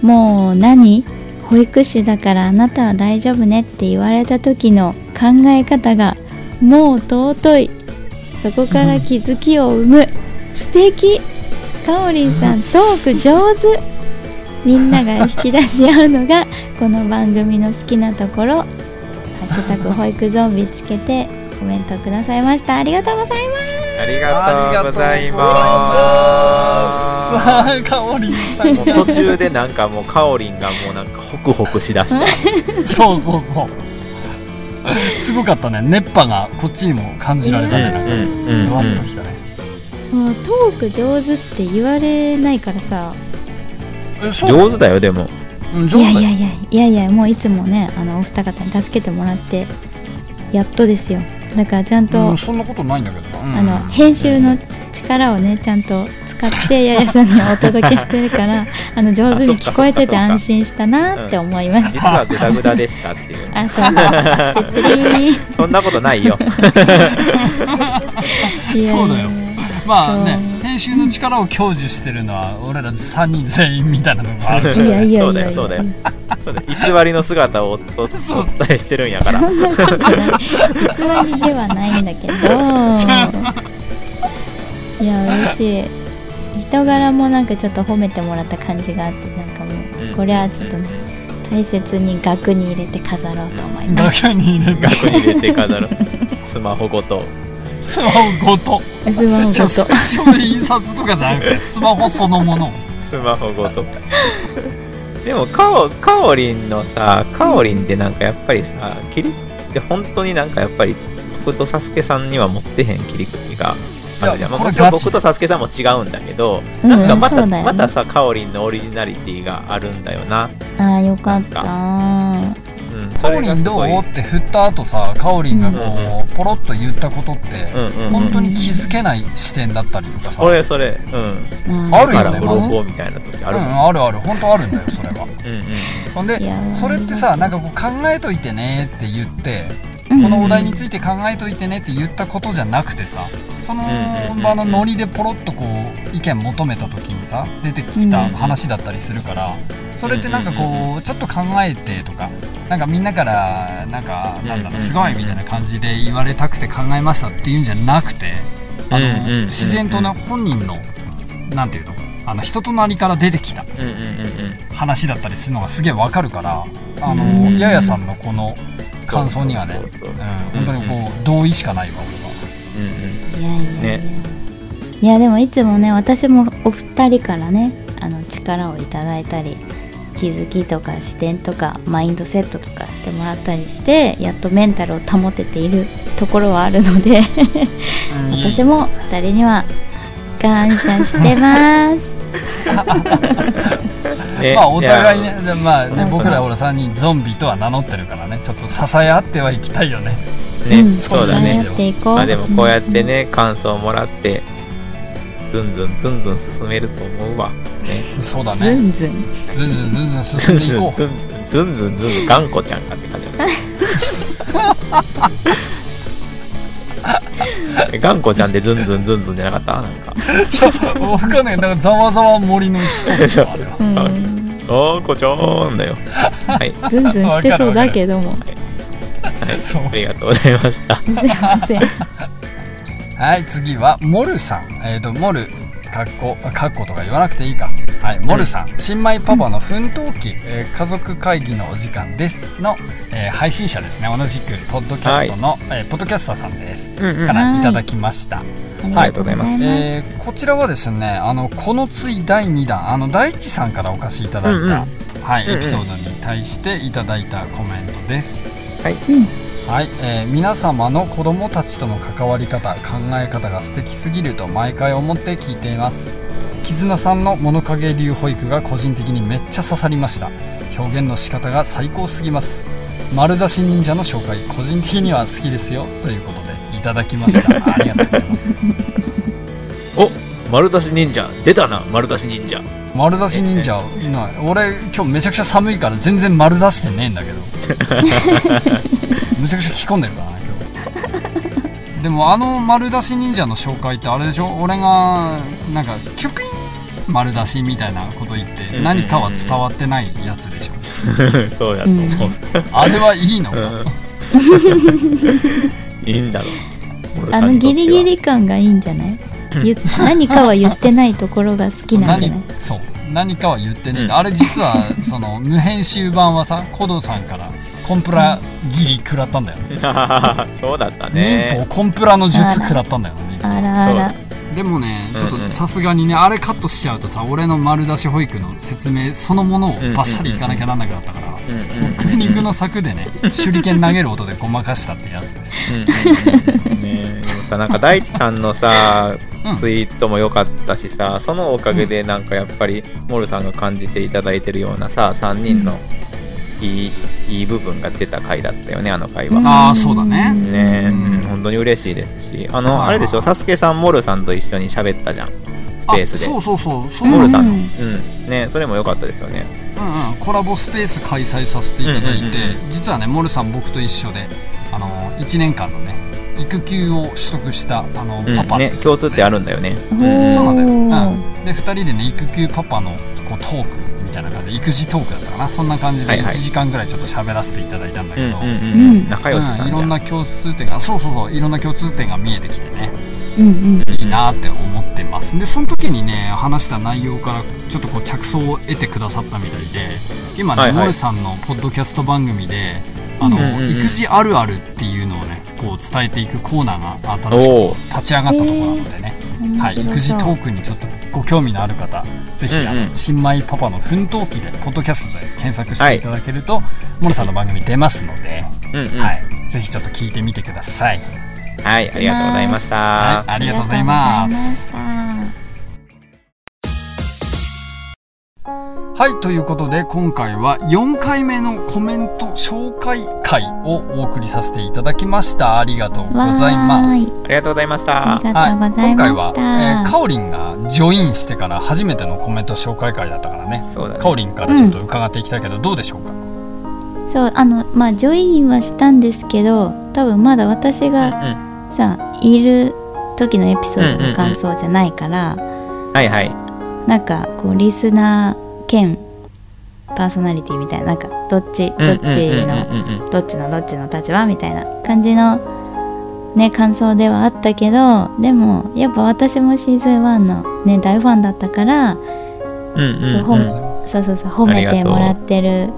Speaker 4: もう何保育士だからあなたは大丈夫ねって言われた時の考え方が、もう尊い。そこから気づきを生む。素敵かおりんさん、トーク上手みんなが引き出し合うのが、この番組の好きなところ。ハッシュタグ保育ゾンビつけてコメントくださいました。ありがとうございます。
Speaker 3: ありがとうござい
Speaker 2: さ
Speaker 3: ま
Speaker 2: あかおりんさん
Speaker 3: す。もう途中でなんかもうかおりんがもうなんかホクホクしだして、
Speaker 2: そうそうそうすごかったね熱波がこっちにも感じられたねなんか
Speaker 3: うんうん
Speaker 2: ドワッときたね
Speaker 4: もうトーク上手って言われないからさ。
Speaker 2: えそう
Speaker 3: 上手だよで
Speaker 2: う
Speaker 3: も。
Speaker 2: ん
Speaker 4: い
Speaker 2: 上手
Speaker 4: やい
Speaker 2: だ
Speaker 4: や
Speaker 2: よ
Speaker 4: いやいやいやもういつもねあのお二方に助けてもらってやっとですよ。だからちゃんと、
Speaker 2: うんそんなことないんだけどなうん
Speaker 4: あの編集の力をねちゃんと使ってややさんにお届けしてるから あの上手に聞こえてて安心したなって思いまし
Speaker 3: 実
Speaker 4: た。
Speaker 3: はグダグダでしたっていう。
Speaker 4: あそう。 てってりー
Speaker 3: そんなことないよ。
Speaker 4: いやいや
Speaker 2: そうだよまあね
Speaker 4: うん
Speaker 2: 編集の力を享受してるのは俺ら3人全員みたいなのがある
Speaker 4: いやいやいやいや。
Speaker 3: そうだよそうだよそうだよ偽りの姿をおおお 伝えしてるんやから。
Speaker 4: そんなことない偽りではないんだけどいや嬉しい人柄もなんかちょっと褒めてもらった感じがあってなんかもうこれはちょっとね大切に額に入れて飾ろうと思います
Speaker 2: 楽屋に入れて
Speaker 3: 額に入れて飾 る。スマホごと。
Speaker 2: スマホごと
Speaker 4: スマホご
Speaker 2: じゃあ ス
Speaker 4: と
Speaker 2: クショで印刷とかじゃなくてスマホそのもの
Speaker 3: スマホごと。でもかお、かおりんのさ、かおりんってなんかやっぱりさ、切り口って本当になんかやっぱり、僕とサスケさんには持ってへん切り口があるじゃん。
Speaker 2: いや
Speaker 3: まあ
Speaker 2: これ
Speaker 3: もちろん
Speaker 2: ガチ
Speaker 3: 僕とサスケさんも違うんだけど、
Speaker 4: うん
Speaker 3: なんかまた、
Speaker 4: そうだよね
Speaker 3: またさ、かおりんのオリジナリティがあるんだよな。
Speaker 4: ああよかった
Speaker 3: うん。
Speaker 2: カオリンどうって振った後さカオリンがこうポロッと言ったことって
Speaker 3: うんうんうん
Speaker 2: 本当に気づけない視点だったりとかさ
Speaker 3: それそれうん
Speaker 4: な
Speaker 2: あるよ
Speaker 3: だから
Speaker 2: ね
Speaker 3: ブ
Speaker 2: ま
Speaker 3: ロ
Speaker 2: ず
Speaker 3: スボみたいな時ある
Speaker 2: う
Speaker 3: もん
Speaker 2: ん、あるある本当あるんだよそれは
Speaker 3: うんうん
Speaker 2: ほんで
Speaker 4: いやー
Speaker 2: それってさなんかこう考えといてねって言って
Speaker 4: うん
Speaker 2: このお題について考えといてねって言ったことじゃなくてさその
Speaker 3: うんうん
Speaker 2: 場のノリでポロッとこう意見求めた時にさ出てきた話だったりするからそれってなんかこうちょっと考えてとかなんかみんなからなんかなんだ
Speaker 3: うんう
Speaker 2: ろ
Speaker 3: ん
Speaker 2: うすごいみたいな感じで言われたくて考えましたっていうんじゃなくてあ
Speaker 3: うんうんうんう
Speaker 2: の
Speaker 3: ん
Speaker 2: 自然とね本人のなんていうのあの人となりから出てきた
Speaker 3: うんうんうんうん
Speaker 2: 話だったりするのがすげえわかるからあ
Speaker 4: う
Speaker 2: の
Speaker 4: ん
Speaker 2: ややさんのこの感想にはね
Speaker 3: そうそうそう
Speaker 2: うん本当にこう同意しかないわ俺は。
Speaker 3: うん
Speaker 4: いやいやいや、
Speaker 3: ね
Speaker 4: いやでもいつもね私もお二人からねあの力をいただいたり気づきとか視点とかマインドセットとかしてもらったりしてやっとメンタルを保てているところはあるので私も二人には感謝してます。
Speaker 3: うんね
Speaker 2: まあお互い
Speaker 3: や
Speaker 2: ねでまあね
Speaker 3: うん
Speaker 2: 僕らほら3人ゾンビとは名乗ってるからねちょっと支え合ってはいきたいよね。
Speaker 3: ね、
Speaker 4: うん
Speaker 3: そうだ
Speaker 4: 支え
Speaker 3: ね
Speaker 4: 合っていこう。
Speaker 3: まあでもこうやってね感想をもらってずんずんずんずん進めると思うわね
Speaker 2: そうだ
Speaker 4: うん。ず
Speaker 2: ね
Speaker 4: んずん。
Speaker 2: ずんずんずんずん
Speaker 3: ず
Speaker 2: 進ん
Speaker 3: ん
Speaker 2: で
Speaker 3: ず
Speaker 2: い
Speaker 3: ん
Speaker 2: こう
Speaker 3: ず。んずんずんずんずん頑固ちゃんかって感じだね頑固ちゃんでずんずんずんずんじゃなかったなん か
Speaker 2: わかんないけどなんかざわざわ森の人でしょあれは。
Speaker 4: うん。
Speaker 3: おーこちょーんだよはい、
Speaker 4: ずんずんしてそうだけど も。
Speaker 3: はい、
Speaker 2: そう
Speaker 3: ありがとうございました
Speaker 4: すいません。
Speaker 2: はい次はモルさんえっ、とモルかっこかっことか言わなくていいかはいモルさん、新米パパの奮闘記、えー家族会議のお時間ですの、えー配信者ですね同じくポッドキャストの、えーポッドキャスターさんです、
Speaker 3: うんうん
Speaker 2: からいただきました、
Speaker 3: ありがとうございます
Speaker 2: えーこちらはですねあのこのつい第2弾あの大地さんからお貸しいただいた、
Speaker 3: うんうん
Speaker 2: はい、
Speaker 3: うんうん
Speaker 2: エピソードに対していただいたコメントです
Speaker 3: はい
Speaker 4: うん
Speaker 2: はいえー皆様の子供たちとの関わり方考え方が素敵すぎると毎回思って聞いています絆さんの物陰流保育が個人的にめっちゃ刺さりました表現の仕方が最高すぎます丸出し忍者の紹介個人的には好きですよということでいただきました ありがとうございます
Speaker 3: お丸出し忍者出たな丸出し忍者
Speaker 2: 丸出し忍者な俺今日めちゃくちゃ寒いから全然丸出してねえんだけど めちゃくちゃ着込んでるからな今日でもあの丸出し忍者の紹介ってあれでしょ俺がなんかキュピーン丸出しみたいなこと言って
Speaker 3: うん
Speaker 2: 何かは伝わってないやつでしょ
Speaker 3: そうやと思う、
Speaker 2: あれはいいのか
Speaker 3: うん いいんだろう
Speaker 4: あのギリギリ感がいいんじゃない言っ何かは言ってないところが好きな んじゃない
Speaker 2: 何そう何かは言ってねえんだ、
Speaker 3: うん
Speaker 2: あれ実はその無編集版はさコドさんからコンプラギリ食らったんだよね
Speaker 3: そうだった
Speaker 2: 忍法
Speaker 3: ね。
Speaker 2: コンプラの術食らったんだよね実
Speaker 4: あ
Speaker 2: は
Speaker 4: らあら
Speaker 2: でもねちょっ
Speaker 3: うんうん
Speaker 2: とさすがにねあれカットしちゃうとさ俺の丸出し保育の説明そのものをバッサリいかなきゃなんなくなったから
Speaker 3: うんうんうん
Speaker 2: 苦肉の策でね手裏剣投げる音でごまかしたってやつです
Speaker 3: うんうんうんねでもさなんか大地さんのさ
Speaker 2: うん
Speaker 3: ツイートも良かったしさそのおかげでなんかやっぱりモルさんが感じていただいてるようなさ3人のいいいい部分が出た回だったよねあの回は。
Speaker 2: あーそうだね
Speaker 3: ね
Speaker 2: うん
Speaker 3: 本当に嬉しいですしあ
Speaker 2: あ
Speaker 3: の
Speaker 2: ー
Speaker 3: あれでしょサスケさんモルさんと一緒に喋ったじゃんスペースで。
Speaker 2: そうそうそうそう
Speaker 3: モ
Speaker 2: う
Speaker 3: ル
Speaker 2: ん
Speaker 3: さんの、う
Speaker 4: う
Speaker 3: んんね、それも良かったですよね。
Speaker 2: うんコラボスペース開催させていただいて
Speaker 3: うんうんう
Speaker 2: 実はねモルさん僕と一緒であの1年間のね育休を取得したあの
Speaker 3: うん、
Speaker 2: パパ
Speaker 3: ね共通ってあるんだよね。
Speaker 4: お
Speaker 3: うん
Speaker 2: そうなんだよ、
Speaker 4: ー
Speaker 2: うん、で2人でね育休パパのこうトークみたいな感じで育児トークだったかなそんな感じで
Speaker 3: はい
Speaker 2: 1
Speaker 3: はい
Speaker 2: 時間ぐらいちょっと喋らせていただいたんだけど、うん
Speaker 4: んうん
Speaker 3: 仲良しさん
Speaker 2: い
Speaker 3: じ
Speaker 2: ろ
Speaker 3: ゃ
Speaker 2: ん
Speaker 3: ん。
Speaker 2: な共通点がそうそうそういろんな共通点が見えてきてね
Speaker 4: うん
Speaker 2: いいなって思ってますでその時にね話した内容からちょっとこう着想を得てくださったみたいで今ね、
Speaker 3: はいはい
Speaker 2: モルさんのポッドキャスト番組であの、
Speaker 3: うんうんうん
Speaker 2: 育児あるあるっていうのをねこう伝えていくコーナーが新しく
Speaker 3: おお、
Speaker 2: 立ち上がったところなのでね、
Speaker 4: うん
Speaker 2: はい、育児トークにちょっとご興味のある方ぜひ、あの
Speaker 3: うんうん
Speaker 2: 新米パパの奮闘記でポッドキャストで検索していただけると、モルさんの番組出ますので、
Speaker 3: うんうん、は、
Speaker 2: はいい、ぜひちょっと聞いてみてください、
Speaker 3: ありがとうございました。
Speaker 2: はい、ありがとうございます
Speaker 4: ありがとうございました
Speaker 2: はいということで今回は4回目のコメント紹介会をお送りさせていただきましたありがとうご
Speaker 4: わーい
Speaker 2: ざいます
Speaker 3: ありがとうございました
Speaker 4: あ。りがとうござい
Speaker 2: 今
Speaker 4: ま
Speaker 2: 回
Speaker 4: し
Speaker 2: は、
Speaker 4: た、
Speaker 2: えー、かおりんがジョインしてから初めてのコメント紹介会だったからね
Speaker 3: そうだね
Speaker 2: かおりんからちょっと伺っていきたいけど、どうでしょうか
Speaker 4: そうあのまあジョインはしたんですけど多分まだ私が
Speaker 3: う
Speaker 4: さいる時のエピソードの感想じゃないから、
Speaker 3: ん。はいはい。
Speaker 4: なんかこうリスナー兼パーソナリティみたいななんかどっち
Speaker 3: うん
Speaker 4: どっち
Speaker 3: うんうん
Speaker 4: の
Speaker 3: うんうんうん
Speaker 4: どっちのどっちの立場みたいな感じのね感想ではあったけどでもやっぱ私もシーズン1のね大ファンだったから
Speaker 3: うんうんうん
Speaker 4: そう
Speaker 2: あ
Speaker 4: 本
Speaker 2: りがとうございます
Speaker 4: そうそうそう褒めてもらってる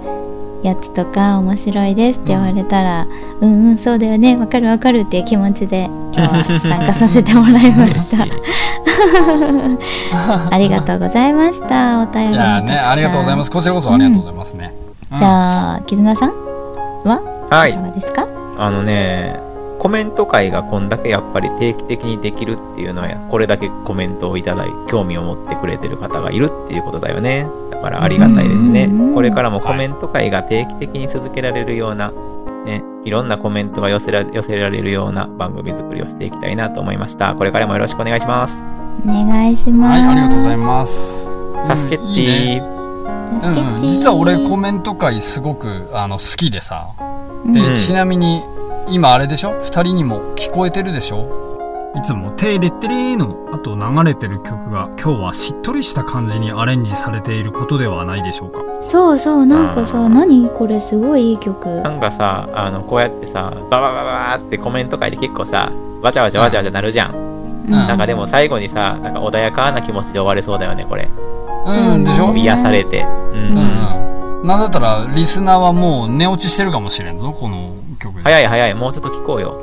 Speaker 4: やつとか面白いですって言われたら、うん、うんそうだよねわかるわかるっていう気持ちで 今日は参加させてもらいました
Speaker 3: 嬉しい
Speaker 4: ありがとうございましたお便り
Speaker 2: いやーねありがとうございますすこちらこそありがとうございますね、うん
Speaker 4: じゃあ絆さんは
Speaker 3: はい
Speaker 4: か
Speaker 3: い。
Speaker 4: がですか、
Speaker 3: あのね、コメント会がこんだけやっぱり定期的にできるっていうのは、これだけコメントをいただい、興味を持ってくれてる方がいるっていうことだよね。だからありがたいですね
Speaker 4: うん。
Speaker 3: これからもコメント会が定期的に続けられるような、ね、いろんなコメントが寄せら寄せられるような番組作りをしていきたいなと思いました。これからもよろしくお願いします。
Speaker 4: お願いします
Speaker 2: はいありがとうございます
Speaker 3: サスケッチ
Speaker 2: うんいいね
Speaker 4: 助け
Speaker 2: うん、
Speaker 4: っち
Speaker 2: 実は俺コメント会すごくあの好きでさで、
Speaker 3: うん
Speaker 2: ちなみに今あれでしょ2人にも聞こえてるでしょいつも「テレテレ」のあと流れてる曲が今日はしっとりした感じにアレンジされていることではないでしょうか
Speaker 4: そうそうなんか
Speaker 3: あ
Speaker 4: さ
Speaker 3: ー
Speaker 4: 何これすごいいい曲
Speaker 3: なんかさ、あの、こうやってさ、バババババーってコメント会で結構さ、わちゃわちゃわちゃわちゃなるじゃん。
Speaker 4: うん
Speaker 3: なんかでも最後にさ、なんか穏やかな気持ちで終われそうだよね、これ。
Speaker 2: うんでしょ、
Speaker 4: うん
Speaker 3: 癒されて。う
Speaker 2: うん
Speaker 3: ん。
Speaker 2: うん、なんだったらリスナーはもう寝落ちしてるかもしれんぞこの曲で
Speaker 3: 早い早い、もうちょっと聞こうよ。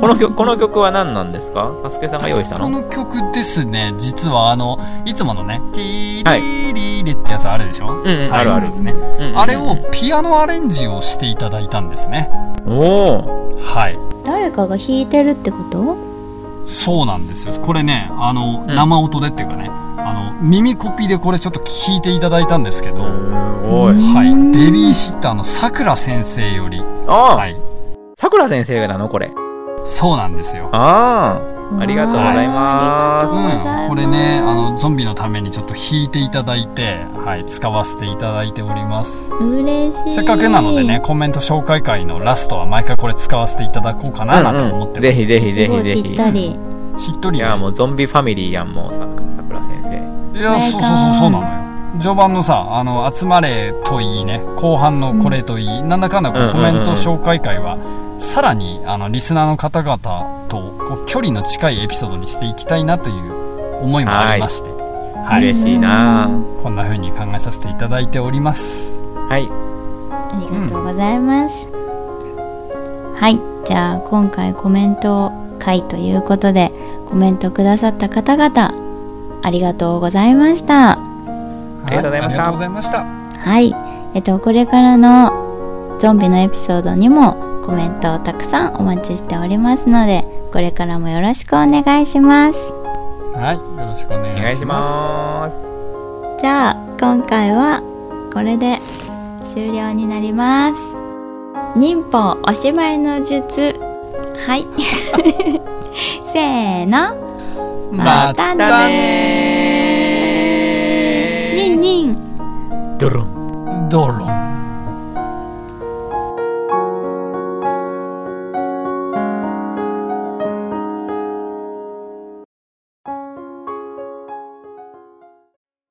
Speaker 3: この曲、この曲は何なんですかサスケさんが用意した
Speaker 2: この
Speaker 3: の
Speaker 2: 曲ですね実はあのいつものね「ティーリリリ」ってやつあるでしょ、
Speaker 3: んうん
Speaker 2: 最後のやつね
Speaker 3: うんうんうん
Speaker 2: あれをピアノアレンジをしていただいたんですね
Speaker 3: おお
Speaker 2: はい
Speaker 4: 誰かが弾いてるってこと
Speaker 2: そうなんですよこれねあの、
Speaker 3: ん
Speaker 2: 生音でっていうかねあの耳コピーでこれちょっと聞いていただいたんですけど、
Speaker 3: すごい。
Speaker 2: は
Speaker 4: う
Speaker 2: い
Speaker 4: ん
Speaker 2: ベビーシッターのさくら先生よりは
Speaker 3: ああ
Speaker 2: い
Speaker 3: さくら先生がなのこれ。
Speaker 2: そうなんですよ
Speaker 3: ああありがとうござい
Speaker 2: うん
Speaker 3: ま
Speaker 2: これねあのゾンビのためにちょっと弾いていただいて、はい、使わせていただいております
Speaker 4: 嬉しい
Speaker 2: せっかくなのでねコメント紹介会のラストは毎回これ使わせていただこうかな
Speaker 3: す。
Speaker 2: なんて思ってます、
Speaker 3: ぜひぜひぜ
Speaker 4: すご
Speaker 3: ひ
Speaker 4: い
Speaker 3: ぜ
Speaker 4: ぴっ
Speaker 3: ひ。
Speaker 4: たり
Speaker 2: しっと
Speaker 3: い
Speaker 2: りね
Speaker 3: や、もうゾンビファミリーやん、もうさ、さくら先生。
Speaker 2: いやそうそうそうそうなのよ序盤のさ「あの集まれ」といいね後半の「これ」といい、なんだかんだこ
Speaker 3: うんう
Speaker 2: う
Speaker 3: んうん
Speaker 2: コメント紹介会は、さらにあのリスナーの方々とこう距離の近いエピソードにしていきたいなという思いもありまして、はい
Speaker 3: 嬉しいなぁ
Speaker 2: こんな風に考えさせていただいております。
Speaker 3: はい。
Speaker 4: ありがとうございます、はいじゃあ今回コメント会ということでコメントくださった方々ありがとうございました
Speaker 3: ありがとうございました
Speaker 2: はありがとうございました。
Speaker 4: はいえっとこれからのゾンビのエピソードにもコメントをたくさんお待ちしておりますのでこれからもよろしくお願いします
Speaker 2: はい、よろしくお願
Speaker 3: お願い
Speaker 2: い
Speaker 3: し
Speaker 2: します。
Speaker 3: ます。
Speaker 4: じゃあ今回はこれで終了になります忍法おしまいの術はい せーのまたねーニンニン
Speaker 3: ドロン。
Speaker 2: ドロン。